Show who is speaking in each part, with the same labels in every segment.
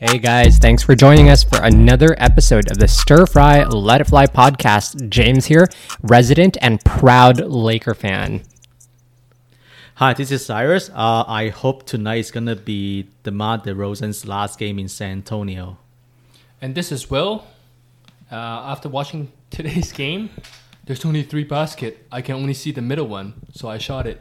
Speaker 1: Hey guys, thanks for joining us for another episode of the Stir Fry Let It Fly podcast. James here, resident and proud Laker fan.
Speaker 2: Hi, this is Cyrus. Uh, I hope tonight is gonna be DeMar DeRozan's last game in San Antonio.
Speaker 3: And this is Will. Uh, after watching today's game, there's only three basket. I can only see the middle one, so I shot it.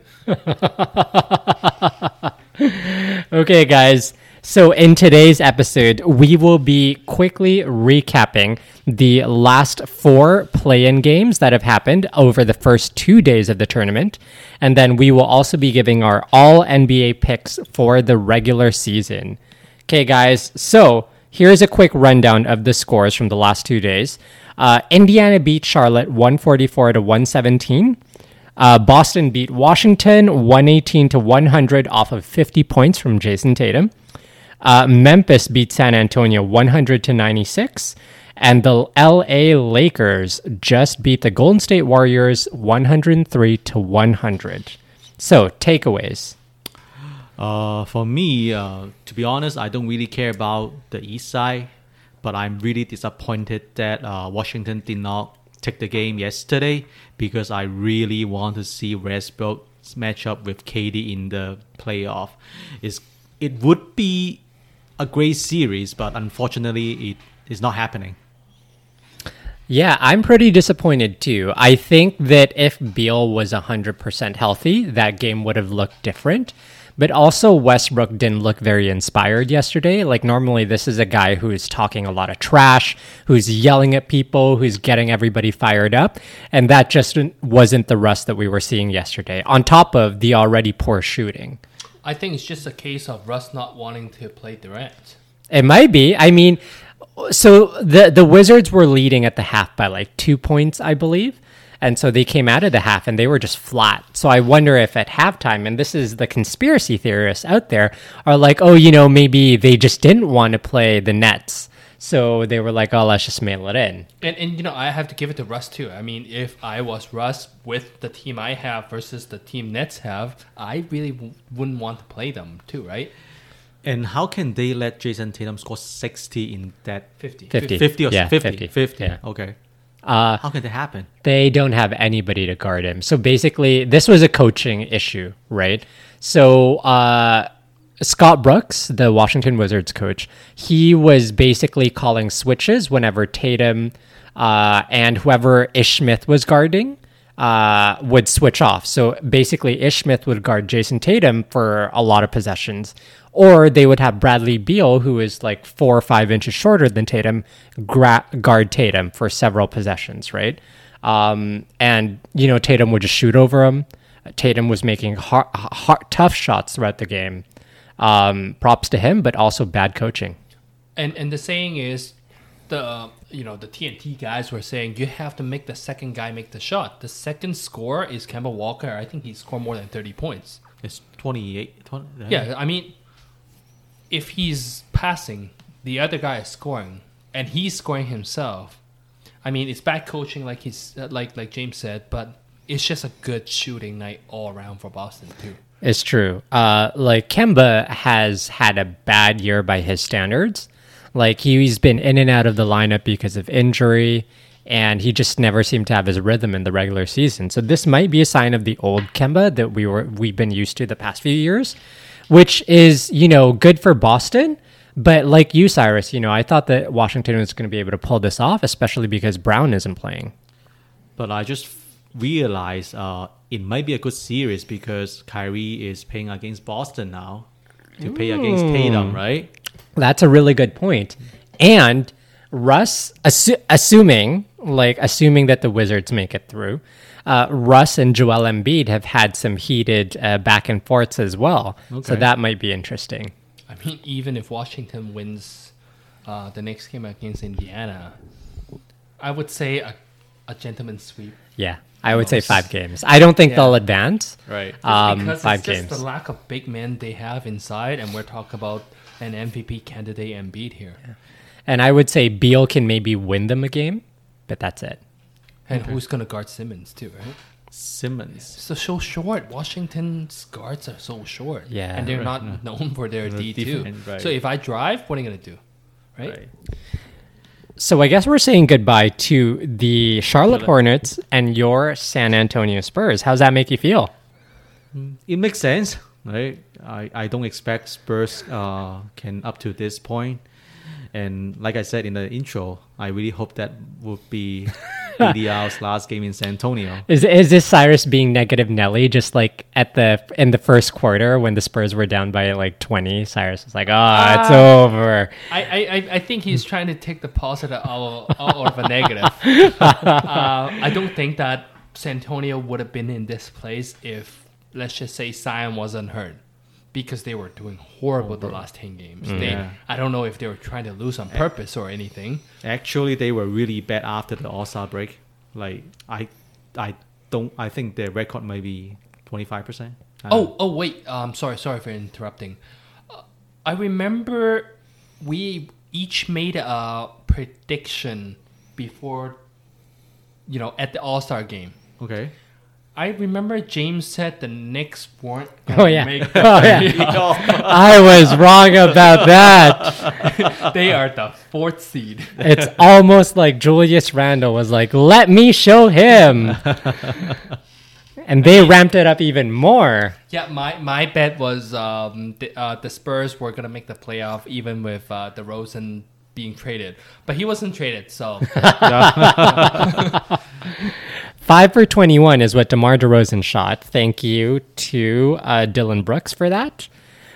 Speaker 1: Okay, guys. So, in today's episode, we will be quickly recapping the last four play in games that have happened over the first two days of the tournament. And then we will also be giving our all NBA picks for the regular season. Okay, guys. So, here's a quick rundown of the scores from the last two days uh, Indiana beat Charlotte 144 to 117. Uh, Boston beat Washington 118 to 100 off of 50 points from Jason Tatum. Uh, Memphis beat San Antonio 100 to 96. And the LA Lakers just beat the Golden State Warriors 103 to 100. So, takeaways.
Speaker 2: Uh, for me, uh, to be honest, I don't really care about the East Side, but I'm really disappointed that uh, Washington did not take the game yesterday because I really want to see Westbrook's matchup with KD in the playoff. It's, it would be a great series, but unfortunately, it is not happening.
Speaker 1: Yeah, I'm pretty disappointed too. I think that if Beal was 100% healthy, that game would have looked different. But also, Westbrook didn't look very inspired yesterday. Like, normally, this is a guy who is talking a lot of trash, who's yelling at people, who's getting everybody fired up. And that just wasn't the rust that we were seeing yesterday, on top of the already poor shooting.
Speaker 3: I think it's just a case of Russ not wanting to play Durant.
Speaker 1: It might be. I mean, so the the Wizards were leading at the half by like two points, I believe, and so they came out of the half and they were just flat. So I wonder if at halftime, and this is the conspiracy theorists out there are like, oh, you know, maybe they just didn't want to play the Nets, so they were like, oh, let's just mail it in.
Speaker 3: And, and you know, I have to give it to Russ too. I mean, if I was Russ with the team I have versus the team Nets have, I really w- wouldn't want to play them too, right?
Speaker 2: And how can they let Jason Tatum score 60 in that
Speaker 3: 50.
Speaker 1: 50.
Speaker 2: 50 or
Speaker 1: Yeah,
Speaker 2: 50?
Speaker 1: 50.
Speaker 2: 50.
Speaker 1: Yeah.
Speaker 2: Okay.
Speaker 1: Uh,
Speaker 2: how can that happen?
Speaker 1: they don't have anybody to guard him. So basically, this was a coaching issue, right? So uh, Scott Brooks, the Washington Wizards coach, he was basically calling switches whenever Tatum uh, and whoever Ish Smith was guarding uh, would switch off. So basically, Ish Smith would guard Jason Tatum for a lot of possessions. Or they would have Bradley Beal, who is like four or five inches shorter than Tatum, gra- guard Tatum for several possessions, right? Um, and you know Tatum would just shoot over him. Tatum was making hard, hard, tough shots throughout the game. Um, props to him, but also bad coaching.
Speaker 3: And and the saying is, the uh, you know the TNT guys were saying you have to make the second guy make the shot. The second scorer is Kemba Walker. I think he scored more than thirty points.
Speaker 2: It's 28. 20,
Speaker 3: Yeah, I mean, if he's passing, the other guy is scoring, and he's scoring himself. I mean, it's bad coaching, like he's uh, like like James said, but it's just a good shooting night all around for Boston too.
Speaker 1: It's true. Uh, like Kemba has had a bad year by his standards. Like he's been in and out of the lineup because of injury, and he just never seemed to have his rhythm in the regular season. So this might be a sign of the old Kemba that we were we've been used to the past few years, which is you know good for Boston. But like you, Cyrus, you know I thought that Washington was going to be able to pull this off, especially because Brown isn't playing.
Speaker 2: But I just realized uh, it might be a good series because Kyrie is playing against Boston now to play against Tatum, right?
Speaker 1: That's a really good point. And Russ, assu- assuming like assuming that the Wizards make it through, uh, Russ and Joel Embiid have had some heated uh, back and forths as well. So
Speaker 2: Okay.
Speaker 1: that might be interesting.
Speaker 3: I mean, even if Washington wins uh, the next game against Indiana, I would say a, a gentleman sweep.
Speaker 1: Yeah, I would say five games. I don't think
Speaker 3: Yeah.
Speaker 1: they'll advance.
Speaker 2: Right.
Speaker 3: It's
Speaker 1: Um,
Speaker 3: because it's
Speaker 1: five
Speaker 3: just
Speaker 1: games.
Speaker 3: the lack of big men they have inside, and we're talking about an MVP candidate Embiid here.
Speaker 1: And I would say Beal can maybe win them a game, but that's it.
Speaker 3: And who's going to guard Simmons too, right?
Speaker 2: Simmons.
Speaker 3: So so short. Washington's guards are so short.
Speaker 1: Yeah.
Speaker 3: and they're not known for their D two.
Speaker 2: defense, right.
Speaker 3: So if I drive, what am I gonna do? right?
Speaker 1: So I guess we're saying goodbye to the Charlotte
Speaker 2: Charlotte.
Speaker 1: Hornets and your San Antonio Spurs. How's that make you feel?
Speaker 2: It makes sense, right? I, I don't expect Spurs uh, can up to this point. And like I said in the intro, I really hope that would be BDL's last game in San Antonio.
Speaker 1: Is is this Cyrus being negative Nelly just like at the in the first quarter when the Spurs were down by like 20, Cyrus was like, "Ah, it's over."
Speaker 3: I, I, I- I think he's trying to take the positive out of, out of a negative. uh, I don't think that Santonio would have been in this place if, let's just say, Sion wasn't hurt. Because they were doing horrible the last 10 games. They,
Speaker 2: Yeah.
Speaker 3: I don't know if they were trying to lose on purpose or anything.
Speaker 2: Actually, they were really bad after the All Star break. Like I, I don't. I think their record may be twenty five percent.
Speaker 3: Oh, oh wait. Um, sorry, sorry for interrupting. Uh, I remember we each made a prediction before, you know, at the All Star game.
Speaker 2: okay.
Speaker 3: I remember James said the Knicks weren't.
Speaker 1: Oh
Speaker 3: gonna
Speaker 1: yeah.
Speaker 3: make the
Speaker 1: Oh yeah.
Speaker 2: Oh,
Speaker 1: I was wrong about that.
Speaker 3: playoff. they are the fourth seed.
Speaker 1: It's almost like Julius Randle was like, "Let me show him." And they ramped it up even more.
Speaker 3: Yeah, my, my bet was um, the, uh, the Spurs were gonna make the playoff even with uh, DeRozan being traded, but he wasn't traded, so
Speaker 1: 5 for 21 is what DeMar DeRozan shot. Thank you to uh, Dylan Brooks for that.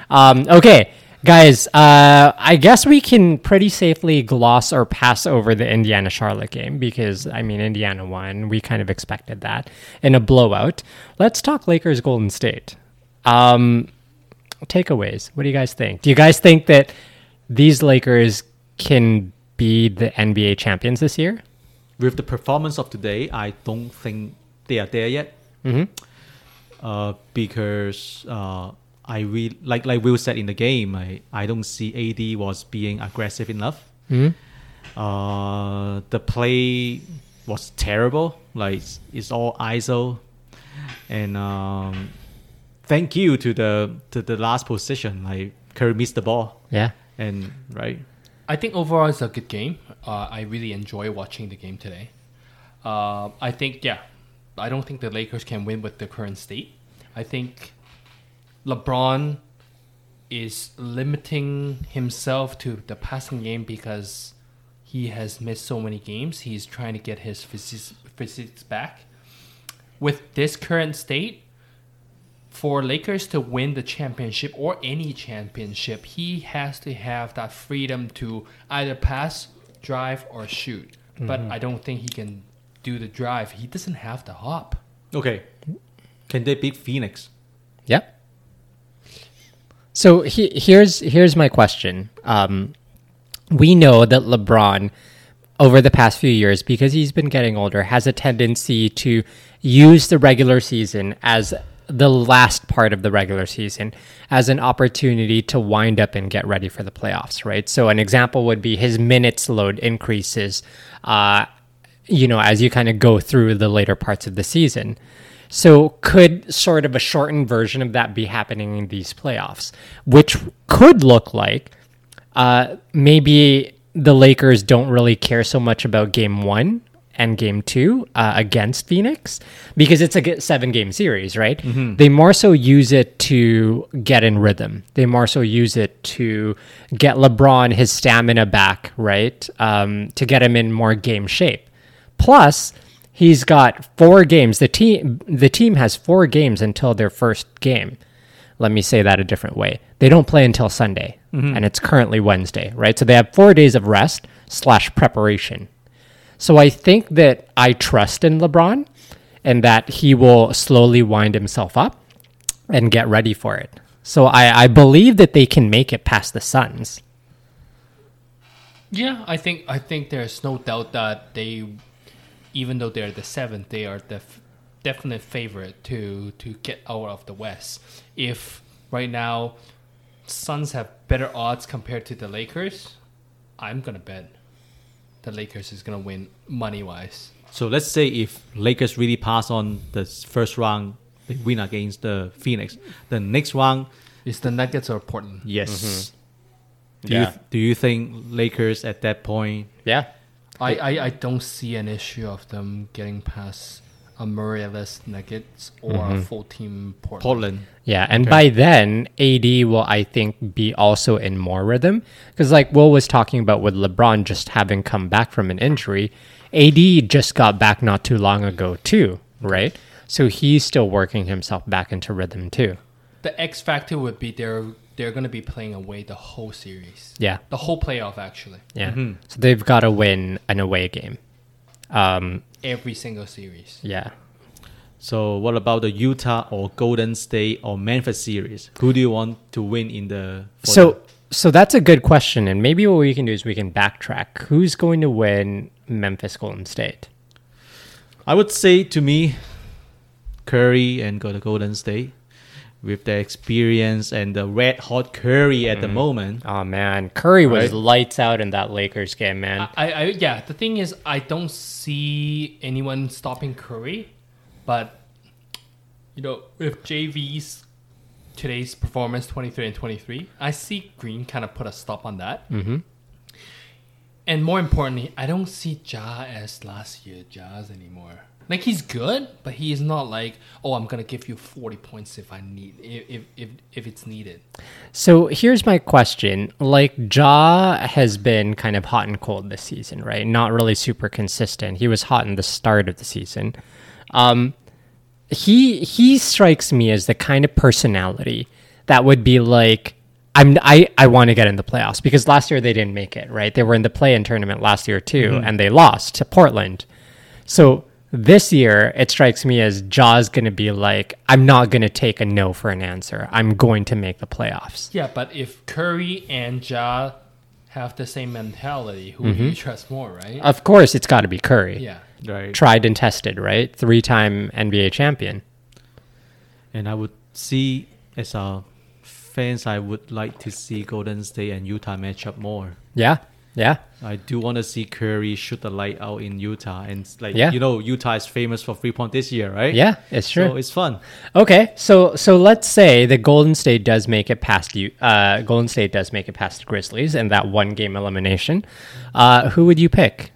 Speaker 1: Um, okay, guys, uh, I guess we can pretty safely gloss or pass over the Indiana Charlotte game because, I mean, Indiana won. We kind of expected that in a blowout. Let's talk Lakers Golden State. Um, takeaways. What do you guys think? Do you guys think that these Lakers can be the NBA champions this year?
Speaker 2: with the performance of today, I don't think they are there yet. Uh, because uh, I re- like like Will said in the game, I, I don't see AD was being aggressive enough. Uh, the play was terrible. Like it's, it's all ISO, and um, thank you to the to the last position. Like Curry missed the ball,
Speaker 1: Yeah.
Speaker 2: and right.
Speaker 3: I think overall it's a good game. Uh, I really enjoy watching the game today. Uh, I think yeah, I don't think the Lakers can win with the current state. I think LeBron is limiting himself to the passing game because he has missed so many games. He's trying to get his physics, physics back. With this current state, for Lakers to win the championship or any championship, he has to have that freedom to either pass, drive, or shoot. But I don't think he can do the drive. He doesn't have the hop.
Speaker 2: Okay, can they beat Phoenix?
Speaker 1: Yep. So he, here's here's my question. Um, we know that LeBron, over the past few years, because he's been getting older, has a tendency to use the regular season as the last part of the regular season as an opportunity to wind up and get ready for the playoffs, right? So an example would be his minutes load increases uh, you know, as you kind of go through the later parts of the season. So, could sort of a shortened version of that be happening in these playoffs, which could look like uh, maybe the Lakers don't really care so much about game one and game two uh, against Phoenix because it's a seven game series, right? They more so use it to get in rhythm. They more so use it to get LeBron his stamina back, right? Um, to get him in more game shape. Plus, he's got four games. The team the team has four games until their first game. Let me say that a different way. They don't play until Sunday, and it's currently Wednesday, right? So they have four days of rest slash preparation. So I think that I trust in LeBron, and that he will slowly wind himself up and get ready for it. So I, I believe that they can make it past the Suns.
Speaker 3: Yeah, I think I think there's no doubt that they, even though they're the seventh, they are the f- definite favorite to to get out of the West. If right now, Suns have better odds compared to the Lakers, I'm gonna bet the Lakers is gonna win money wise.
Speaker 2: So let's say if Lakers really pass on the s- first round, they win against the Phoenix. The next round,
Speaker 3: Is the Nuggets or Portland?
Speaker 2: yes, Do
Speaker 1: Yeah.
Speaker 2: you do you think Lakers at that point?
Speaker 1: Yeah.
Speaker 3: I, I, I don't see an issue of them getting past a Murray-less Nuggets or a full-team Portland.
Speaker 2: Portland.
Speaker 1: Yeah, and by then, AD will, I think, be also in more rhythm. Because, like Will was talking about with LeBron just having come back from an injury, AD just got back not too long ago, too, right? So he's still working himself back into rhythm, too.
Speaker 3: The X factor would be they're they're going to be playing away the whole series.
Speaker 1: Yeah.
Speaker 3: The whole playoff, actually.
Speaker 1: Yeah.
Speaker 2: Mm-hmm.
Speaker 1: So they've got to win an away game. Um,
Speaker 3: Every single series.
Speaker 1: yeah.
Speaker 2: So what about the Utah or Golden State or Memphis series? Who do you want to win in the for
Speaker 1: So, so that's a good question. And maybe what we can do is we can backtrack. Who's going to win Memphis Golden State?
Speaker 2: the- I would say to me, Curry and go to Golden State with their experience and the red hot Curry at the moment.
Speaker 1: Oh man, Curry was
Speaker 2: Right.
Speaker 1: lights out in that Lakers game, man.
Speaker 3: I, I yeah. The thing is, I don't see anyone stopping Curry, but you know, with JV's today's performance, twenty three and twenty three, I see Green kind of put a stop on that. Mm-hmm. And more importantly, I don't see Ja as last year Ja's anymore. Like he's good, but he is not like, oh, I'm gonna give you forty points if I need if if if, if it's needed.
Speaker 1: So here's my question. Like Ja has been kind of hot and cold this season, right? Not really super consistent. He was hot in the start of the season. Um he he strikes me as the kind of personality that would be like I'm I, I want to get in the playoffs because last year they didn't make it, right? They were in the play in tournament last year too, and they lost to Portland. So this year, it strikes me as Jaw's going to be like, I'm not going to take a no for an answer. I'm going to make the playoffs.
Speaker 3: Yeah, but if Curry and Ja have the same mentality, who
Speaker 1: Mm-hmm.
Speaker 3: do you trust more, right?
Speaker 1: Of course, it's got to be Curry.
Speaker 3: yeah.
Speaker 2: Right.
Speaker 1: Tried and tested, right? Three time NBA champion.
Speaker 2: And I would see as a fans, I would like to see Golden State and Utah match up more.
Speaker 1: Yeah. Yeah.
Speaker 2: I do want to see Curry shoot the light out in Utah, and like
Speaker 1: Yeah.
Speaker 2: you know, Utah is famous for three point this year, right?
Speaker 1: Yeah. It's true.
Speaker 2: So it's fun.
Speaker 1: Okay, so so let's say the Golden State does make it past you. Uh, Golden State does make it past the Grizzlies in that one game elimination. Uh, who would you pick,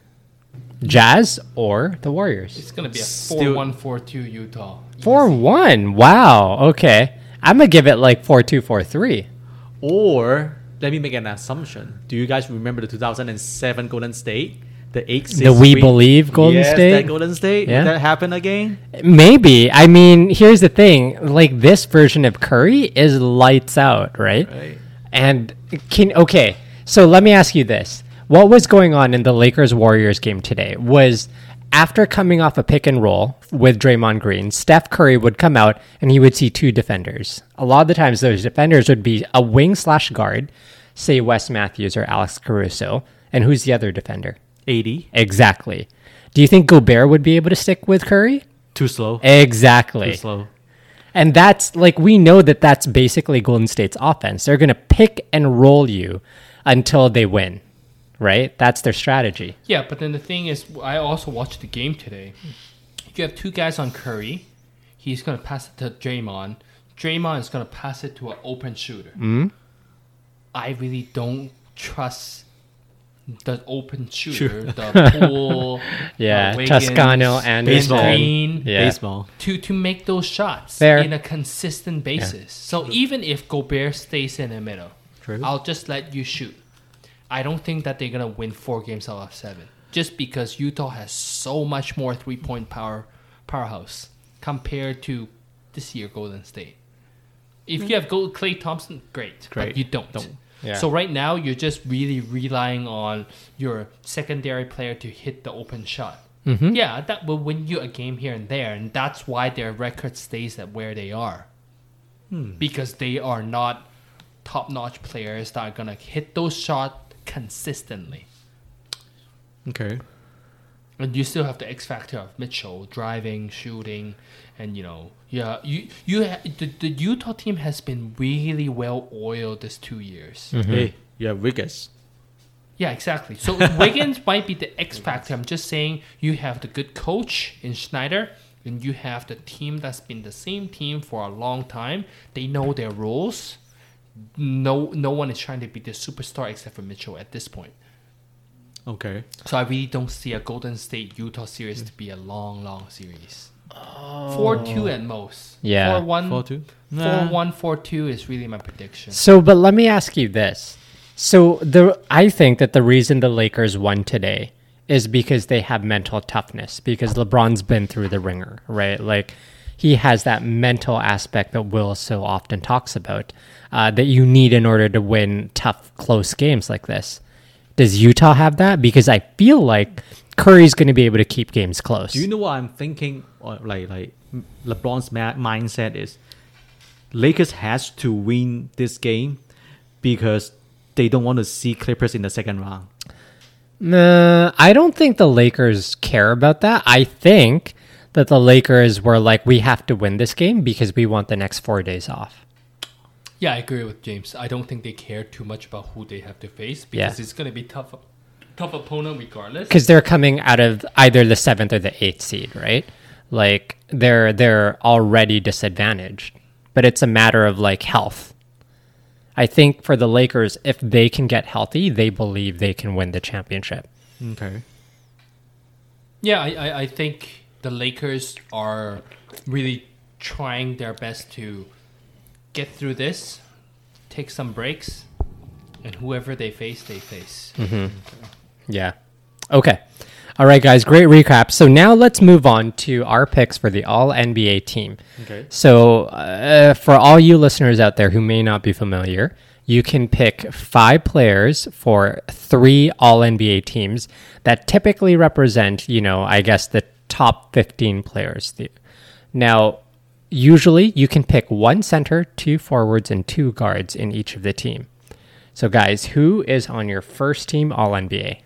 Speaker 1: Jazz or the Warriors?
Speaker 3: It's going to be a
Speaker 2: Still-
Speaker 3: 4 1 4 2 Utah.
Speaker 1: Four one. Wow. Okay, I'm gonna give it like four two four three.
Speaker 2: Or let me make an assumption. Do you guys remember the 2007 Golden State, the eight six?
Speaker 1: The We Believe Golden
Speaker 2: yes,
Speaker 1: State?
Speaker 2: That Golden State.
Speaker 1: Yeah.
Speaker 2: Did that happen again?
Speaker 1: Maybe. I mean, here's the thing. Like this version of Curry is lights out, right?
Speaker 2: Right.
Speaker 1: And can okay. So let me ask you this. What was going on in the Lakers Warriors game today was after coming off a pick and roll with Draymond Green, Steph Curry would come out and he would see two defenders. A lot of the times those defenders would be a wing slash guard, say Wes Matthews or Alex Caruso. And who's the other defender?
Speaker 2: 80.
Speaker 1: Exactly. Do you think Gobert would be able to stick with Curry?
Speaker 2: Too slow. Too
Speaker 1: Exactly.
Speaker 2: slow.
Speaker 1: And that's like we know that that's basically Golden State's offense. They're going to pick and roll you until they win, right? That's their strategy.
Speaker 3: Yeah, but then the thing is, I also watched the game today. You have two guys on Curry. He's going to pass it to Draymond. Draymond is going to pass it to an open shooter.
Speaker 1: Mm-hmm.
Speaker 3: I really don't trust the open shooter, the pool,
Speaker 1: Yeah, Toscano, Anderson.
Speaker 3: Green,
Speaker 1: Yeah.
Speaker 2: Baseball.
Speaker 3: to to make those shots
Speaker 1: Fair.
Speaker 3: in a consistent basis. So even if Gobert stays in the middle,
Speaker 2: True.
Speaker 3: I'll just let you shoot. I don't think that they're gonna win four games out of seven just because Utah has so much more three point power powerhouse compared to this year Golden State. If you have Gold Clay Thompson, great. But
Speaker 2: Great.
Speaker 3: you don't.
Speaker 1: Yeah.
Speaker 3: So right now you're just really relying on your secondary player to hit the open shot. Yeah, that will win you a game here and there, and that's why their record stays at where they are. Because they are not top notch players that are gonna hit those shots consistently.
Speaker 2: Okay.
Speaker 3: And you still have the X factor of Mitchell driving, shooting, and you know, yeah, you you ha- the, the Utah team has been really well oiled this two years.
Speaker 1: Mm-hmm.
Speaker 2: Hey, you have Wiggins.
Speaker 3: Yeah, exactly. So Wiggins might be the X factor. I'm just saying you have the good coach in Schneider, and you have the team that's been the same team for a long time. They know their roles. no no one is trying to be the superstar except for Mitchell at this point.
Speaker 2: Okay.
Speaker 3: So I really don't see a Golden State Utah series to be a long, long series. Four two at most.
Speaker 1: Yeah.
Speaker 3: Four one.
Speaker 2: Four two.
Speaker 3: Um, Four one four two is really my prediction.
Speaker 1: So, but let me ask you this. So, the I think that the reason the Lakers won today is because they have mental toughness because LeBron's been through the ringer, right? Like he has that mental aspect that Will so often talks about uh, that you need in order to win tough, close games like this. Does Utah have that? Because I feel like Curry's going to be able to keep games close.
Speaker 2: Do you know what I'm thinking? Or Like like LeBron's ma- mindset is Lakers has to win this game because they don't want to see Clippers in the second round.
Speaker 1: Nah, I don't think the Lakers care about that. I think that the Lakers were like, we have to win this game because we want the next four days off.
Speaker 3: Yeah, I agree with James. I don't think they care too much about who they have to face because
Speaker 1: Yeah.
Speaker 3: it's gonna be tough, tough opponent regardless.
Speaker 1: Because they're coming out of either the seventh or the eighth seed, right? Like they're they're already disadvantaged. But it's a matter of like health. I think for the Lakers, if they can get healthy, they believe they can win the championship.
Speaker 2: Okay.
Speaker 3: Yeah, I, I, I think the Lakers are really trying their best to get through this, take some breaks, and whoever they face, they face.
Speaker 1: Mm-hmm. Yeah. Okay. All right, guys. Great recap. So now let's move on to our picks for the All NBA team.
Speaker 2: Okay.
Speaker 1: So uh, for all you listeners out there who may not be familiar, you can pick five players for three All NBA teams that typically represent, you know, I guess the top fifteen players. The- Now, usually you can pick one center, two forwards, and two guards in each of the team. So, guys, who is on your first team All NBA?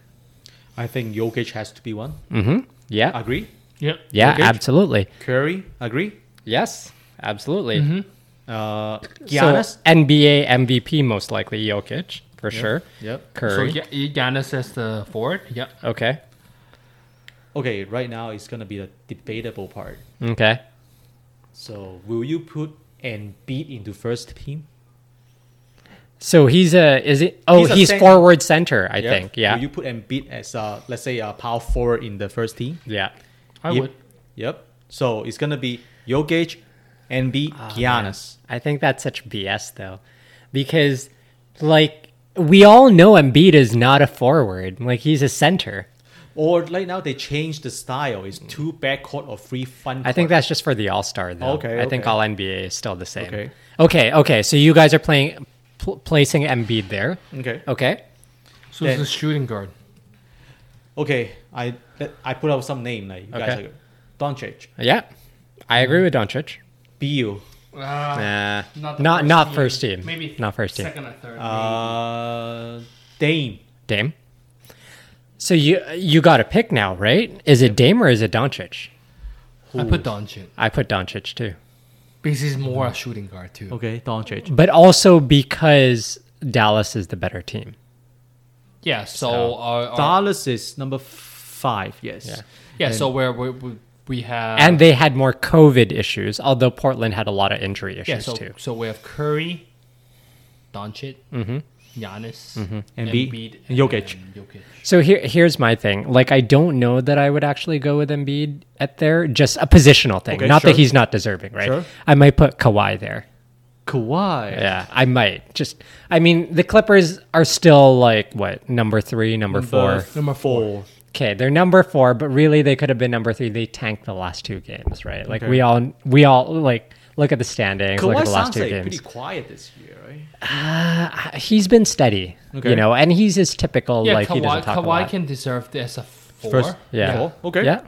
Speaker 2: I think Jokic has to be one.
Speaker 1: Mm-hmm. Yeah.
Speaker 2: Agree?
Speaker 3: Yep.
Speaker 1: Yeah,
Speaker 2: Jokic?
Speaker 1: absolutely. Mm-hmm.
Speaker 2: Curry, agree?
Speaker 1: Yes, absolutely.
Speaker 2: Uh,
Speaker 1: Giannis,
Speaker 2: Giannis?
Speaker 1: NBA MVP most likely Jokic for sure.
Speaker 2: Yep.
Speaker 3: So
Speaker 1: Curry.
Speaker 3: yeah, Giannis as the forward. Yep.
Speaker 1: Okay.
Speaker 2: Okay, right now it's gonna be the debatable part.
Speaker 1: Okay.
Speaker 2: So will you put Embiid into first team?
Speaker 1: So he's a is it? Oh,
Speaker 2: He's
Speaker 1: he's,
Speaker 2: a cen-
Speaker 1: forward center. I think.
Speaker 2: Will
Speaker 1: Yeah.
Speaker 2: you put Embiid as uh, let's say a power forward in the first team?
Speaker 1: yeah.
Speaker 3: I
Speaker 2: Yep.
Speaker 3: would.
Speaker 2: Yep. So it's gonna be Jokic, Embiid,
Speaker 1: Ah,
Speaker 2: Giannis.
Speaker 1: I think that's such BS though, because like we all know Embiid is not a forward. Like he's a center.
Speaker 2: Or right now they changed the style. It's two backcourt or three front.
Speaker 1: I think
Speaker 2: court.
Speaker 1: that's just for the All Star, though.
Speaker 2: Okay,
Speaker 1: I think
Speaker 2: okay.
Speaker 1: All NBA is still the same.
Speaker 2: Okay.
Speaker 1: Okay. Okay. So you guys are playing, pl- placing Embiid there.
Speaker 2: Okay.
Speaker 1: Okay.
Speaker 3: So it's
Speaker 2: Then-
Speaker 3: a shooting guard.
Speaker 2: okay. I that- I put out some name like you guys.
Speaker 1: Okay.
Speaker 2: Like, Doncic,
Speaker 1: Yeah, I agree with Doncic.
Speaker 2: Beal,
Speaker 1: Nah, not
Speaker 3: Uh, the
Speaker 1: not,
Speaker 3: first
Speaker 1: not
Speaker 3: team.
Speaker 1: first team.
Speaker 3: Maybe
Speaker 1: not first team.
Speaker 3: Second or third.
Speaker 2: uh, Dame.
Speaker 1: Dame. So you you got to pick now, right? Is it Dame or is it Doncic?
Speaker 3: maybe. I put Doncic
Speaker 1: I put Doncic too,
Speaker 3: because he's more a shooting guard too.
Speaker 2: Okay, Doncic.
Speaker 1: but also because Dallas is the better team.
Speaker 3: Yeah. So, uh,
Speaker 1: So,
Speaker 3: our, our-
Speaker 2: Dallas is Oh. number five. Yes.
Speaker 1: Yeah.
Speaker 3: yeah. So where we we, we have
Speaker 1: and they had more COVID issues, although Portland had a lot of injury issues
Speaker 3: yeah. So
Speaker 1: too.
Speaker 3: so we have Curry, Doncic,
Speaker 1: Mm-hmm.
Speaker 3: Giannis,
Speaker 2: Embiid,
Speaker 3: and
Speaker 2: Jokic.
Speaker 3: Jokic.
Speaker 1: So here, here's my thing. Like, I don't know that I would actually go with Embiid at there. Just a positional thing.
Speaker 2: Okay,
Speaker 1: not
Speaker 2: sure.
Speaker 1: that he's not deserving, right?
Speaker 2: Sure.
Speaker 1: I might put Kawhi there.
Speaker 2: Kawhi.
Speaker 1: Yeah, I might. Just, I mean, the Clippers are still like what number three, number,
Speaker 2: Number
Speaker 1: four.
Speaker 2: Number four.
Speaker 1: Okay, they're number four, but really they could have been number three. They tanked the last two games, right? Like
Speaker 2: Okay.
Speaker 1: we all, we all like look at the standings, look at
Speaker 2: Kawhi
Speaker 1: the last
Speaker 2: sounds
Speaker 1: two
Speaker 2: like
Speaker 1: games. Uh,
Speaker 2: pretty quiet this year, right?
Speaker 1: He's been steady, you
Speaker 2: Okay.
Speaker 1: know, and he's his typical
Speaker 3: Yeah,
Speaker 1: like
Speaker 3: Kawhi,
Speaker 1: he doesn't talk a
Speaker 3: Kawhi
Speaker 1: lot.
Speaker 3: can deserve this as a four.
Speaker 2: First-
Speaker 1: yeah.
Speaker 2: Four, okay.
Speaker 1: Yeah.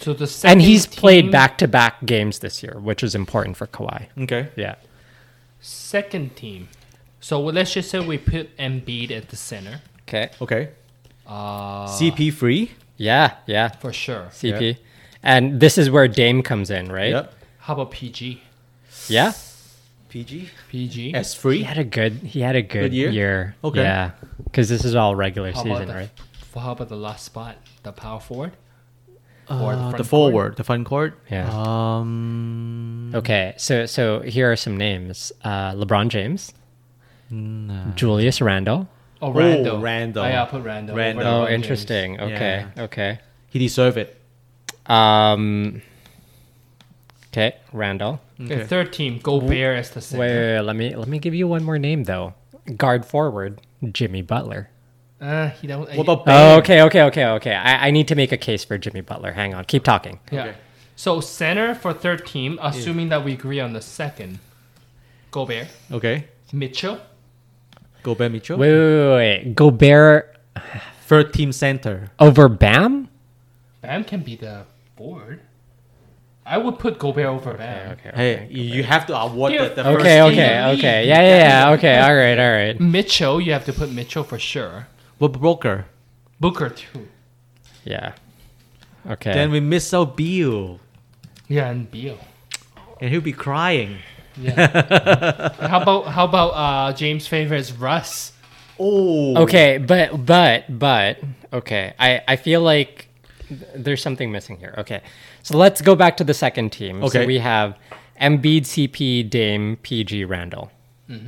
Speaker 3: So the second
Speaker 1: and he's played
Speaker 3: team-
Speaker 1: back to back games this year, which is important for Kawhi.
Speaker 2: Okay.
Speaker 1: Yeah.
Speaker 3: Second team. So let's just say we put Embiid at the center.
Speaker 1: Okay.
Speaker 2: Okay.
Speaker 3: Uh,
Speaker 2: CP3.
Speaker 1: Yeah. Yeah.
Speaker 3: for sure.
Speaker 1: CP. And this is where Dame comes in, right?
Speaker 2: Yep.
Speaker 3: How about PG?
Speaker 1: Yeah.
Speaker 2: PG.
Speaker 3: PG.
Speaker 1: He
Speaker 2: S3.
Speaker 1: had a good. He had a good,
Speaker 2: Good year? Okay.
Speaker 1: Yeah. Because this is all regular
Speaker 3: how about
Speaker 1: season,
Speaker 3: the,
Speaker 1: right?
Speaker 3: for- how about the last spot, the power forward?
Speaker 2: Uh,
Speaker 3: front
Speaker 2: the
Speaker 3: court?
Speaker 2: forward, the front court.
Speaker 1: Yeah.
Speaker 2: Um. Mm.
Speaker 1: Okay. So so here are some names: uh, LeBron Uh, James, Julius Randle.
Speaker 3: Oh, Randall.
Speaker 2: Randall.
Speaker 3: I, yeah, I put Randall.
Speaker 2: Randall.
Speaker 3: over
Speaker 1: Oh,
Speaker 3: LeBron James.
Speaker 1: interesting. Okay, okay.
Speaker 2: He deserved it.
Speaker 1: Um, okay, Randall.
Speaker 3: The third team, Gobert as the
Speaker 1: Wait,
Speaker 3: second.
Speaker 1: wait, wait, let me let me give you one more name though. Guard forward, Jimmy Butler.
Speaker 3: Uh, he don't.
Speaker 2: What about
Speaker 1: Oh,
Speaker 2: Bane?
Speaker 1: okay, okay, okay, okay. I, I need to make a case for Jimmy Butler. Hang on, keep talking.
Speaker 3: Yeah.
Speaker 2: Okay.
Speaker 3: So center for third team, assuming that we agree on the second, Gobert,
Speaker 2: Okay.
Speaker 3: Mitchell.
Speaker 2: Gobert Mitchell.
Speaker 1: Wait, wait, wait, wait. Gobert
Speaker 2: Third team center.
Speaker 1: over Bam?
Speaker 3: Bam can be the board. I would put Gobert over Bam.
Speaker 2: Hey, you have to award
Speaker 3: Yeah.
Speaker 2: the, the first
Speaker 1: Okay,
Speaker 2: team.
Speaker 1: okay, okay. Yeah, yeah, yeah. Okay, all right, all right.
Speaker 3: Mitchell, you have to put Mitchell for sure.
Speaker 2: What about Broker?
Speaker 3: Booker too.
Speaker 1: Yeah. Okay.
Speaker 2: Then we miss out Beal,
Speaker 3: Yeah, and Beal.
Speaker 2: and he'll be crying.
Speaker 3: Yeah. how about how about uh, James' favorite is Russ?
Speaker 2: Oh.
Speaker 1: okay, but but but okay. I I feel like th- there's something missing here. Okay. So let's go back to the second team. So
Speaker 2: Okay.
Speaker 1: we have Embiid, CP, Dame, PG, Randall.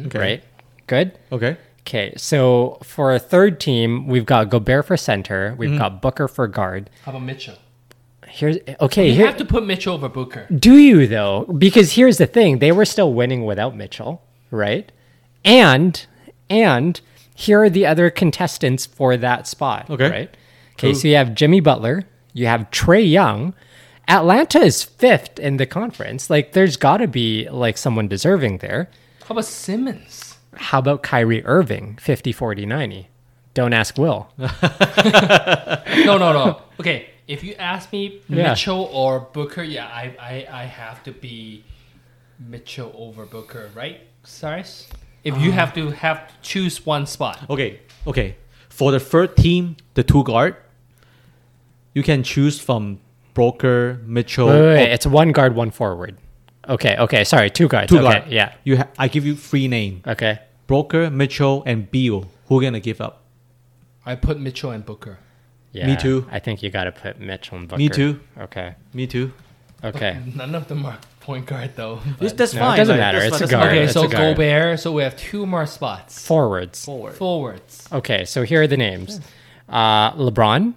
Speaker 2: Okay.
Speaker 1: Right? Good?
Speaker 2: Okay.
Speaker 1: Okay, so for a third team, we've got Gobert for center, we've
Speaker 2: Mm-hmm.
Speaker 1: got Booker for guard.
Speaker 3: How about Mitchell?
Speaker 1: Here's okay.
Speaker 3: You
Speaker 1: Here,
Speaker 3: have to put Mitchell over Booker.
Speaker 1: do you though? Because here's the thing: they were still winning without Mitchell, right? And and here are the other contestants for that spot.
Speaker 2: Okay.
Speaker 1: right. Okay, so you have Jimmy Butler, you have Trey Young. Atlanta is fifth in the conference. Like, there's got to be like someone deserving there.
Speaker 3: How about Simmons?
Speaker 1: How about Kyrie Irving, 50 40 90? Don't ask Will.
Speaker 2: Oh,
Speaker 3: No, no, no. Okay, if you ask me
Speaker 1: Yeah.
Speaker 3: Mitchell or Booker, yeah, I, I, I have to be Mitchell over Booker, right, Cyrus? If you have to have to choose one spot,
Speaker 2: Okay. Okay. For the third team, the two guard, you can choose from Broker, Mitchell,
Speaker 1: Wait, wait, wait,
Speaker 2: or
Speaker 1: It's one guard, one forward. Okay, okay. Sorry, two guards.
Speaker 2: two
Speaker 1: okay,
Speaker 2: guard.
Speaker 1: Yeah.
Speaker 2: You ha- I give you three name:
Speaker 1: Okay.
Speaker 2: Broker, Mitchell, and Beal. Who gonna give up?
Speaker 3: I put Mitchell and Booker.
Speaker 1: Yeah.
Speaker 2: too.
Speaker 1: I think you got to put Mitchell and Booker.
Speaker 2: Me too.
Speaker 1: Okay.
Speaker 2: Me too.
Speaker 1: Okay.
Speaker 3: None of them are point guard though.
Speaker 2: This-
Speaker 3: but-
Speaker 2: that's
Speaker 1: No, it
Speaker 2: fine.
Speaker 1: doesn't
Speaker 2: like,
Speaker 1: matter,
Speaker 2: that's
Speaker 1: it's a
Speaker 2: fine, that's fine.
Speaker 1: guard.
Speaker 3: okay,
Speaker 1: that's
Speaker 3: so
Speaker 1: a guard.
Speaker 3: Gobert. So we have two more spots.
Speaker 1: Forwards.
Speaker 2: Forward.
Speaker 3: Forwards
Speaker 1: Okay, so here are the names. Uh, LeBron.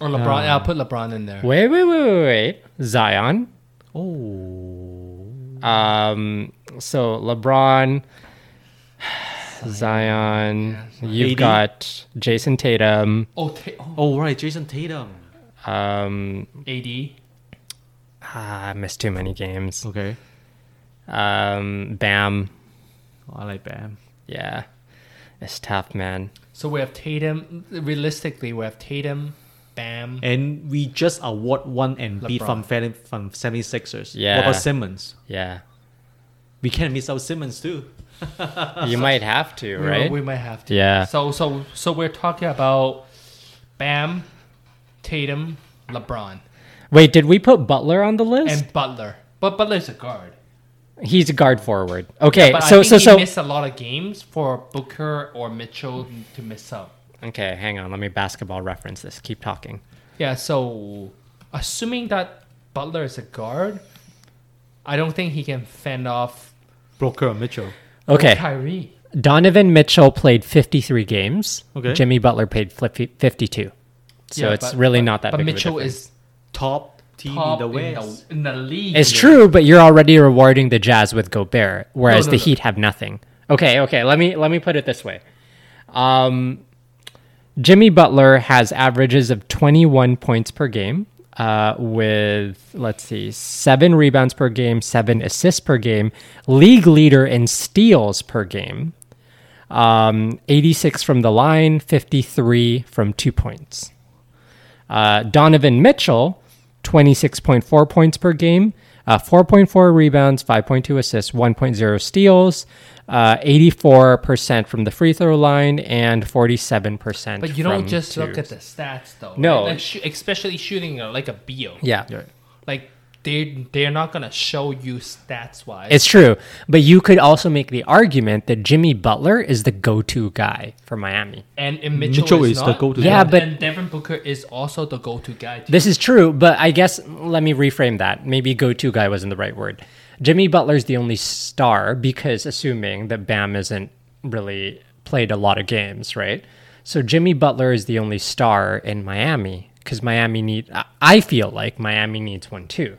Speaker 3: or LeBron? I'll put LeBron in there.
Speaker 1: Wait, wait, wait, wait, wait. Zion.
Speaker 2: Oh.
Speaker 1: Um, so LeBron, Zion. You've
Speaker 2: AD.
Speaker 1: got Jason Tatum.
Speaker 3: Oh, ta- oh,
Speaker 2: Oh right, Jason Tatum.
Speaker 1: Um,
Speaker 3: AD.
Speaker 1: ah, I missed too many games.
Speaker 2: Okay.
Speaker 1: Um, Bam.
Speaker 2: Oh, I like Bam.
Speaker 1: Yeah. It's tough, man.
Speaker 3: So we have Tatum. Realistically, we have Tatum, Bam.
Speaker 2: And we just award one and beat
Speaker 3: LeBron.
Speaker 2: from fan- from 76ers.
Speaker 1: Yeah.
Speaker 2: What about Simmons?
Speaker 1: Yeah.
Speaker 2: We can't miss out Simmons too.
Speaker 1: You might have to,
Speaker 3: We-
Speaker 1: right?
Speaker 3: We might have to.
Speaker 1: Yeah.
Speaker 3: So so so we're talking about Bam, Tatum, LeBron,
Speaker 1: Wait, did we put Butler on the list?
Speaker 3: and Butler. But Butler's a guard.
Speaker 1: He's a guard forward. Okay,
Speaker 3: But
Speaker 1: so
Speaker 3: I
Speaker 1: so
Speaker 3: think
Speaker 1: so
Speaker 3: he missed a lot of games for Booker or Mitchell to miss out.
Speaker 1: Okay, hang on. Let me basketball reference this. Keep talking.
Speaker 3: Yeah, so assuming that Butler is a guard, I don't think he can fend off
Speaker 2: Broker or Mitchell.
Speaker 1: Okay.
Speaker 3: Kyrie.
Speaker 1: Donovan Mitchell played 53 games.
Speaker 2: Okay.
Speaker 1: Jimmy Butler played flip- 52. So
Speaker 3: Yeah,
Speaker 1: it's
Speaker 3: but-
Speaker 1: really
Speaker 3: but-
Speaker 1: not that
Speaker 3: But
Speaker 1: big
Speaker 3: Mitchell
Speaker 1: of a difference.
Speaker 3: is
Speaker 2: Top team
Speaker 3: top
Speaker 2: in the
Speaker 3: in
Speaker 2: West.
Speaker 3: the, in the league.
Speaker 1: It's true, but you're already rewarding the Jazz with Gobert, whereas
Speaker 3: No,
Speaker 1: the
Speaker 3: no, no.
Speaker 1: Heat have nothing. Okay, okay. Let me let me put it this way. Um, Jimmy Butler has averages of 21 points per game, uh, with let's see, seven rebounds per game, seven assists per game, league leader in steals per game, um, 86 from the line, 53 from two points. Uh, Donovan Mitchell, 26.4 points per game, uh, 4.4 rebounds, 5.2 assists, 1.0 steals, uh, 84% from the free throw line, and 47%.
Speaker 3: But you don't
Speaker 1: from
Speaker 3: just look
Speaker 1: two.
Speaker 3: at the stats, though.
Speaker 1: No.
Speaker 3: Like, shoo- especially shooting uh, like a Beal.
Speaker 1: Yeah.
Speaker 2: Yeah.
Speaker 3: Like they they're not gonna show you stats wise.
Speaker 1: It's true. But you could also make the argument that Jimmy Butler is the go to guy for Miami.
Speaker 3: and, and Mitchell,
Speaker 2: Mitchell
Speaker 3: is,
Speaker 2: is the
Speaker 3: not,
Speaker 2: go-to
Speaker 1: Yeah, guy. but-
Speaker 3: and Devin Booker is also the go-to guy. too.
Speaker 1: This is true, but I guess let me reframe that. Maybe go to guy wasn't the right word. Jimmy Butler's the only star because assuming that Bam isn't really played a lot of games, right? So Jimmy Butler is the only star in Miami because Miami need. I- I feel like Miami needs one too.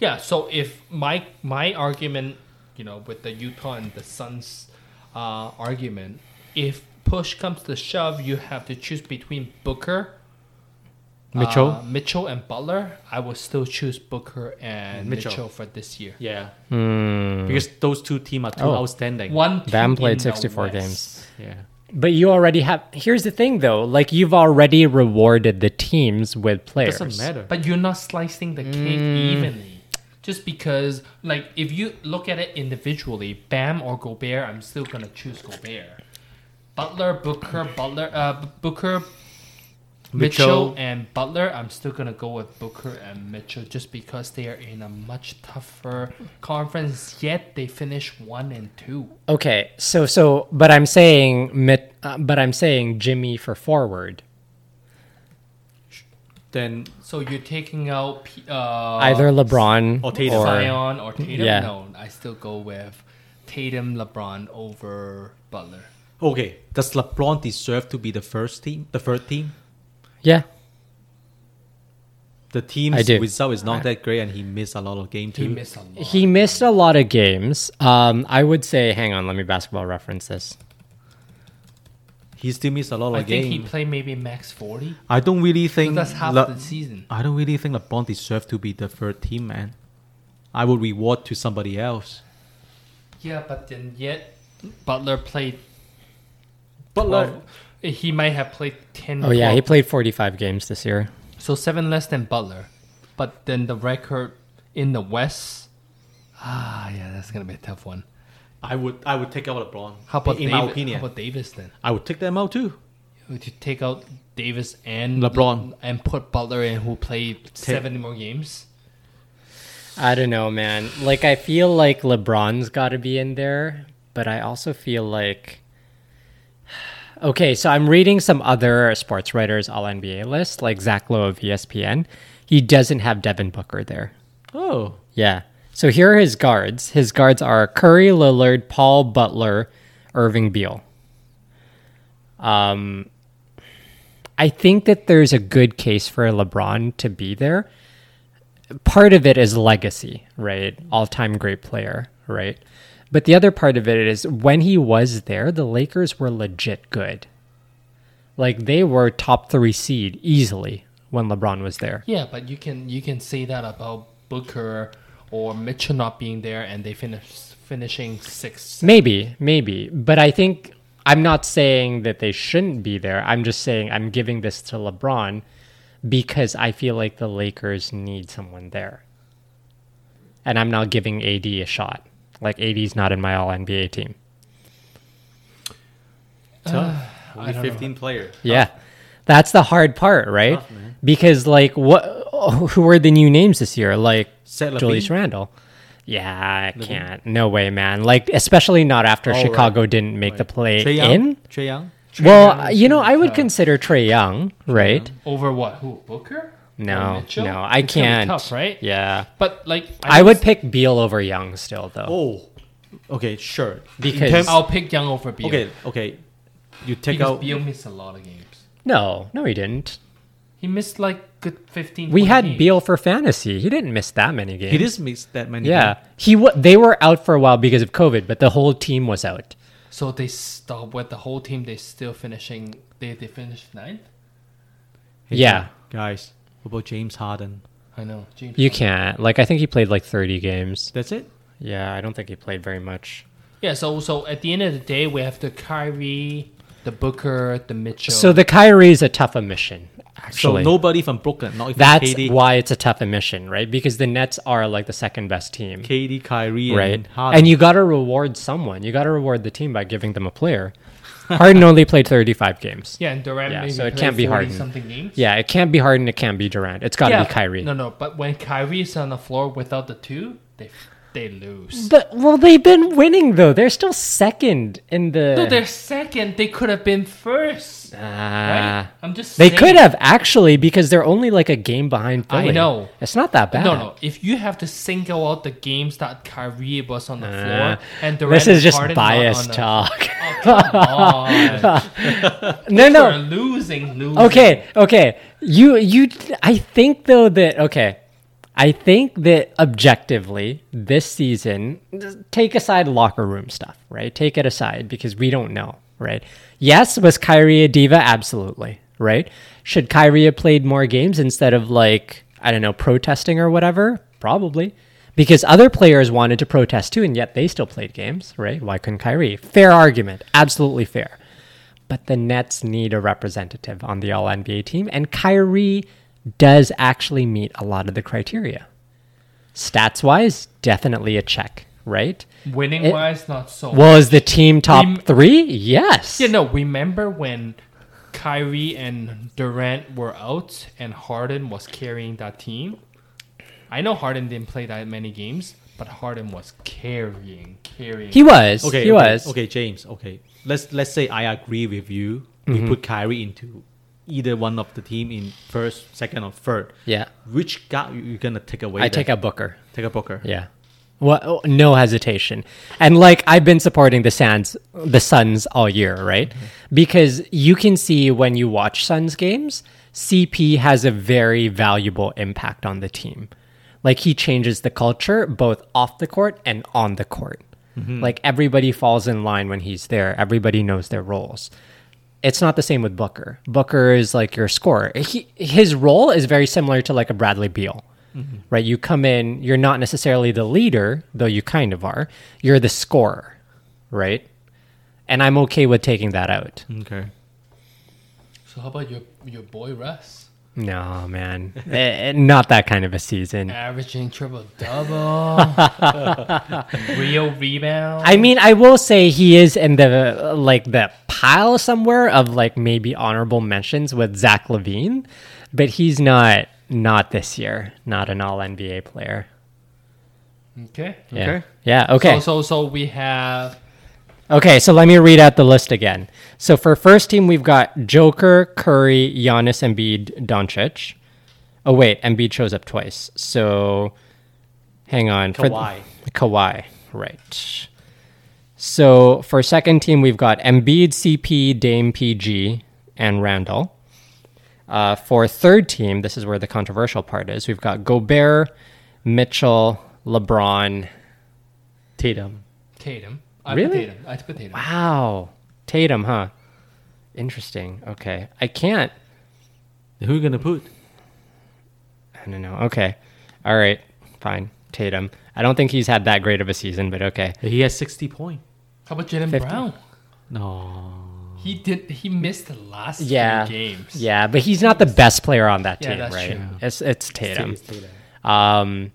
Speaker 3: Yeah, so if my my argument, you know, with the Utah and the Suns uh, argument, if push comes to shove, you have to choose between Booker,
Speaker 2: Mitchell.
Speaker 3: uh, Mitchell and Butler. I will still choose Booker and
Speaker 2: Mitchell.
Speaker 3: Mitchell, for this year.
Speaker 2: yeah. Because those two teams are too
Speaker 1: Oh.
Speaker 2: outstanding.
Speaker 3: One team
Speaker 1: Bam played
Speaker 3: in the
Speaker 1: 64
Speaker 3: West.
Speaker 1: games.
Speaker 2: Yeah.
Speaker 1: But you already have. Here's the thing, though. Like you've already rewarded the teams with players.
Speaker 2: Doesn't matter.
Speaker 3: But you're not slicing the cake evenly. Just because, like, if you look at it individually, Bam or Gobert, I'm still gonna choose Gobert. Butler, Booker, Butler, uh, Booker, Mitchell,
Speaker 2: Mitchell.
Speaker 3: and Butler, I'm still gonna go with Booker and Mitchell just because they are in a much tougher conference. Yet they finish one and two.
Speaker 1: Okay, so so, but I'm saying, mit, uh, but I'm saying Jimmy for forward.
Speaker 2: Then
Speaker 3: So you're taking out P- uh,
Speaker 1: Either LeBron
Speaker 2: or
Speaker 1: or,
Speaker 2: Tatum.
Speaker 3: Zion or Tatum.
Speaker 1: Yeah.
Speaker 3: No, I still go with Tatum, LeBron over Butler.
Speaker 2: okay, does LeBron deserve to be the first team, the third team?
Speaker 1: yeah,
Speaker 2: The
Speaker 1: I
Speaker 2: team's
Speaker 1: do.
Speaker 2: result is not that great, and he missed a lot of game too.
Speaker 3: He missed a lot.
Speaker 1: he missed a lot of games. Um, I would say, hang on, let me basketball reference this.
Speaker 2: He still missed a lot of
Speaker 3: I think he
Speaker 2: game.
Speaker 3: played maybe max forty.
Speaker 2: I don't really think
Speaker 3: that's half
Speaker 2: Le-
Speaker 3: the season.
Speaker 2: I don't really think LeBron deserved to be the third team, man. I would reward to somebody else.
Speaker 3: Yeah, but then yet Butler played.
Speaker 2: But
Speaker 3: Well, he might have played ten.
Speaker 1: Oh yeah, he
Speaker 3: 12.
Speaker 1: played 45 games this year.
Speaker 3: so seven less than Butler, but then the record in the West. Ah, yeah, that's gonna be a tough one.
Speaker 2: I would I would take out LeBron.
Speaker 3: How about
Speaker 2: in
Speaker 3: Davis?
Speaker 2: my opinion?
Speaker 3: How about Davis then?
Speaker 2: I would take them out too.
Speaker 3: Would you take out Davis and
Speaker 2: LeBron.
Speaker 3: and put Butler in, who played seven more games?
Speaker 1: I don't know, man. Like I feel like LeBron's got to be in there, but I also feel like Okay, so I'm reading some other sports writers all NBA list, like Zach Lowe of E ESPN. He doesn't have Devin Booker there.
Speaker 2: Oh.
Speaker 1: Yeah. So here are his guards. His guards are Curry, Lillard, Paul Butler, Irving Beal. Um, I think that there's a good case for LeBron to be there. Part of it is legacy, right? All time great player, right? But the other part of it is when he was there, the Lakers were legit good. Like they were top three seed easily when LeBron was there.
Speaker 3: Yeah, but you can you can say that about Booker or Mitchell not being there, and they finish finishing sixth.
Speaker 1: Maybe, maybe. But I think I'm not saying that they shouldn't be there. I'm just saying I'm giving this to LeBron because I feel like the Lakers need someone there. And I'm not giving AD a shot. Like AD's not in my all NBA team.
Speaker 2: Only
Speaker 3: Uh, don't know.
Speaker 2: 15 player.
Speaker 1: Yeah. Oh. That's the hard part, right? because like what who are the new names this year? Like
Speaker 2: Zach Levine?
Speaker 1: Julius Randle. Yeah, I can't. No way, man. Like especially not after
Speaker 2: Oh, right.
Speaker 1: Chicago didn't make the play
Speaker 2: Trae Young?
Speaker 1: in.
Speaker 2: Trae Young?
Speaker 1: Well, you know, I would consider Trey Young, right?
Speaker 3: Over what? Who? Booker? Or
Speaker 1: No,
Speaker 3: Mitchell?
Speaker 1: no, I
Speaker 3: It's gonna be
Speaker 1: can't.
Speaker 3: Tough, right?
Speaker 1: Yeah,
Speaker 3: But like,
Speaker 1: I
Speaker 3: guess
Speaker 1: would pick Beal over Young still, though.
Speaker 2: Oh. Okay, sure.
Speaker 1: Because-
Speaker 2: In terms-
Speaker 3: I'll pick Young over Beal.
Speaker 2: okay, okay. You take
Speaker 3: because
Speaker 2: out
Speaker 3: Beal missed a lot of games.
Speaker 1: No, no, he didn't.
Speaker 3: He missed like good fifteen.
Speaker 1: We
Speaker 3: 20
Speaker 1: had
Speaker 3: games.
Speaker 1: Beal for fantasy. He didn't miss that many games.
Speaker 2: he just missed that many.
Speaker 1: Yeah, he wa They were out for a while because of COVID, but the whole team was out.
Speaker 3: So they stop with the whole team. They still finishing. They they finished ninth.
Speaker 2: Hey,
Speaker 1: Yeah.
Speaker 2: Guys, what about James Harden?
Speaker 3: I know. James
Speaker 1: You can't. Like, I think he played like 30 games.
Speaker 2: That's it?
Speaker 1: Yeah, I don't think he played very much.
Speaker 3: Yeah, so so at the end of the day, we have the Kyrie, the Booker, the Mitchell.
Speaker 1: So the Kyrie is a tough omission, actually.
Speaker 2: So nobody from Brooklyn, not even
Speaker 1: That's
Speaker 2: KD.
Speaker 1: why it's a tough omission, right? Because the Nets are like the second best team.
Speaker 2: KD, Kyrie,
Speaker 1: right?
Speaker 2: and Harden.
Speaker 1: And you got to reward someone. You got to reward the team by giving them a player. Harden only played 35 games.
Speaker 3: yeah, and Durant
Speaker 1: Yeah,
Speaker 3: maybe
Speaker 1: so it
Speaker 3: played
Speaker 1: can't be
Speaker 3: 40
Speaker 1: Harden.
Speaker 3: something games.
Speaker 1: Yeah, it can't be Harden. It can't be Durant. It's got to be Kyrie.
Speaker 3: No, no, but when Kyrie is on the floor without the two, they They lose.
Speaker 1: But, well, they've been winning though. They're still second in the.
Speaker 3: No, they're second. They could have been first.
Speaker 1: Ah.
Speaker 3: right? I'm just.
Speaker 1: They
Speaker 3: saying.
Speaker 1: could have actually because they're only like a game behind.
Speaker 3: I
Speaker 1: Philly.
Speaker 3: know.
Speaker 1: it's not that bad.
Speaker 3: No, no. If you have to single out the games that Kyrie was on the
Speaker 1: Uh,
Speaker 3: floor and Durant
Speaker 1: this is
Speaker 3: and
Speaker 1: just
Speaker 3: Harden not on
Speaker 1: biased
Speaker 3: the-
Speaker 1: talk.
Speaker 3: Oh, come on.
Speaker 1: no,
Speaker 3: We're
Speaker 1: no.
Speaker 3: losing, losing.
Speaker 1: Okay, okay. You, you. I think though that okay. I think that objectively this season, take aside locker room stuff, right? Take it aside because we don't know, right? Yes, was Kyrie a diva? Absolutely, right? Should Kyrie have played more games instead of like I don't know protesting or whatever? Probably. Because other players wanted to protest too, and yet they still played games, right? Why couldn't Kyrie? Fair argument, absolutely fair. But the Nets need a representative on the All NBA team, and Kyrie does actually meet a lot of the criteria. Stats wise, definitely a check, right?
Speaker 3: Winning
Speaker 1: It-
Speaker 3: wise, not so.
Speaker 1: Well, is the team top
Speaker 3: Rem-
Speaker 1: three? Yes.
Speaker 3: Yeah, no. Remember when Kyrie and Durant were out and Harden was carrying that team? I know Harden didn't play that many games, but Harden was carrying, carrying.
Speaker 1: He was.
Speaker 2: Okay,
Speaker 1: he
Speaker 2: okay,
Speaker 1: was.
Speaker 2: Okay, James. Okay, let's let's say I agree with you.
Speaker 1: Mm-hmm.
Speaker 2: We put Kyrie into either one of the team in first, second, or third.
Speaker 1: Yeah.
Speaker 2: Which guy you you gonna take away?
Speaker 1: I
Speaker 2: then?
Speaker 1: take a Booker.
Speaker 2: take a Booker.
Speaker 1: Yeah. Well, no hesitation. And like I've been supporting the Suns, the Suns all year, right? Because you can see when you watch Suns games, CP has a very valuable impact on the team. Like he changes the culture both off the court and on the court. Like everybody falls in line when he's there. Everybody knows their roles it's not the same with Booker. Booker is like your scorer. He, his role is very similar to like a Bradley Beal, right? You come in, you're not necessarily the leader, though you kind of are. You're the scorer, right? And I'm okay with taking that out.
Speaker 2: Okay.
Speaker 3: So how about your your boy Russ
Speaker 1: No, man, Eh, eh, not that kind of a season.
Speaker 3: averaging triple double, real rebound?
Speaker 1: I mean, I will say he is in the uh, like the pile somewhere of like maybe honorable mentions with Zach Levine, but he's not not this year. Not an All NBA player.
Speaker 3: okay.
Speaker 1: Yeah. Yeah. Okay.
Speaker 3: So so so we have
Speaker 1: okay. So let me read out the list again. So for first team, we've got Joker, Curry, Giannis, Embiid, Doncic. Oh wait, Embiid shows up twice. So hang on.
Speaker 2: Kawhi.
Speaker 1: For, Kawhi. Right. So for second team, we've got Embiid, CP, Dame, PG, and Randall. Uh, for third team, this is where the controversial part is. We've got Gobert, Mitchell, LeBron, Tatum.
Speaker 3: Tatum. I put
Speaker 1: Really?
Speaker 3: Tatum. I put Tatum.
Speaker 1: Wow. Tatum, huh? Interesting. Okay. I can't.
Speaker 2: Who you gonna put?
Speaker 1: I don't know. Okay. All right. Fine. Tatum. I don't think he's had that great of a season, but okay.
Speaker 2: He has sixty point.
Speaker 3: How about Jalen
Speaker 1: 50.
Speaker 3: Brown?
Speaker 2: No.
Speaker 3: He did. He missed the last
Speaker 1: Yeah.
Speaker 3: three games.
Speaker 1: Yeah, but he's not the best player on that
Speaker 3: Yeah,
Speaker 1: team,
Speaker 3: that's
Speaker 1: right?
Speaker 3: true.
Speaker 1: It's it's Tatum.
Speaker 2: It's Tatum.
Speaker 1: Um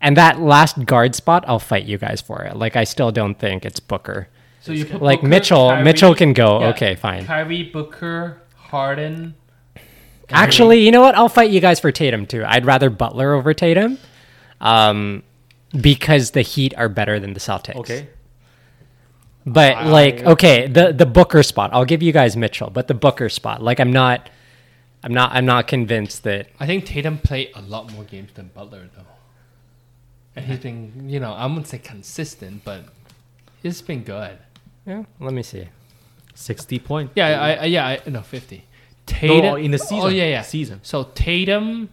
Speaker 1: and that last guard spot, I'll fight you guys for it. Like I still don't think it's Booker.
Speaker 3: So you put
Speaker 1: Like
Speaker 3: Booker,
Speaker 1: Mitchell-
Speaker 3: Kyrie-
Speaker 1: Mitchell can go. Okay, fine.
Speaker 3: Kyrie, Booker, Harden.
Speaker 1: Actually, you know what? I'll fight you guys for Tatum too. I'd rather Butler over Tatum. Um because the Heat are better than the Celtics.
Speaker 2: Okay.
Speaker 1: But like, okay, the the Booker spot. I'll give you guys Mitchell, but the Booker spot. Like, I'm not, I'm not, I'm not convinced that.
Speaker 3: I think Tatum played a lot more games than Butler though, and he's been you know I wouldn't say consistent, but he's been good.
Speaker 1: Yeah, let me see.
Speaker 2: Sixty point.
Speaker 3: Yeah, I, I yeah I, no fifty.
Speaker 2: No,
Speaker 3: Tatum
Speaker 2: in the
Speaker 3: Oh
Speaker 2: season.
Speaker 3: yeah, yeah.
Speaker 2: Season.
Speaker 3: So Tatum,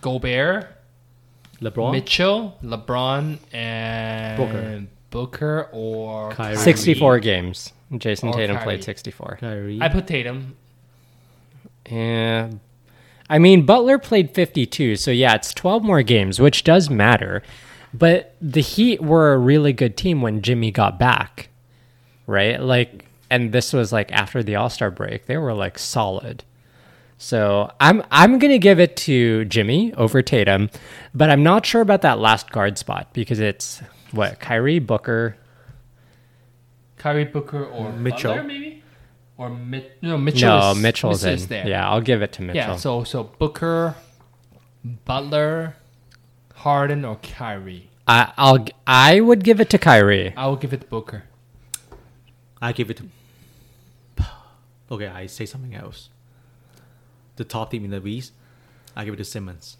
Speaker 3: Gobert,
Speaker 2: LeBron.
Speaker 3: Mitchell, LeBron, and Booker, or
Speaker 2: Kyrie.
Speaker 3: Kyrie.
Speaker 1: 64 games. Jason
Speaker 3: Or
Speaker 1: Tatum
Speaker 3: Kyrie.
Speaker 1: played 64.
Speaker 2: Kyrie.
Speaker 3: I put Tatum.
Speaker 1: Yeah. I mean, Butler played 52, so yeah, it's 12 more games, which does matter. But the Heat were a really good team when Jimmy got back, right? Like, and this was like after the All Star break, they were like solid. So I'm I'm gonna give it to Jimmy over Tatum, but I'm not sure about that last guard spot because it's what Kyrie Booker.
Speaker 3: Kyrie Booker or
Speaker 2: Mitchell.
Speaker 3: Butler, maybe? Or Mit- no, Mitchell.
Speaker 1: No,
Speaker 3: is,
Speaker 1: Mitchell's in.
Speaker 3: Mitchell's there.
Speaker 1: Yeah, I'll give it to Mitchell.
Speaker 3: Yeah, so so Booker, Butler, Harden, or Kyrie.
Speaker 1: I, I'll I would give it to Kyrie.
Speaker 3: I will give it Booker.
Speaker 2: I give it to. Okay, I say something else. The top team in the East, I give it to Simmons.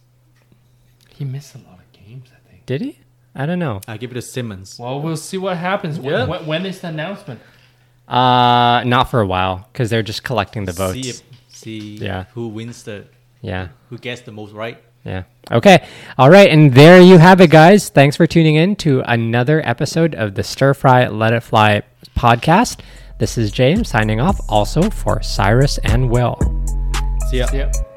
Speaker 3: He missed a lot of games, I think.
Speaker 1: Did he? I don't know.
Speaker 2: I give it to Simmons.
Speaker 3: Well, we'll see what happens. Wh-
Speaker 2: Yeah.
Speaker 3: wh- when is the announcement?
Speaker 1: Uh, not for a while because they're just collecting the votes.
Speaker 2: See, if, see
Speaker 1: Yeah.
Speaker 2: who wins the,
Speaker 1: Yeah.
Speaker 2: who gets the most right.
Speaker 1: Yeah. Okay. All right. And there you have it, guys. Thanks for tuning in to another episode of the Stir Fry Let It Fly podcast. This is James signing off also for Cyrus and Will.
Speaker 2: See ya.
Speaker 3: Yep.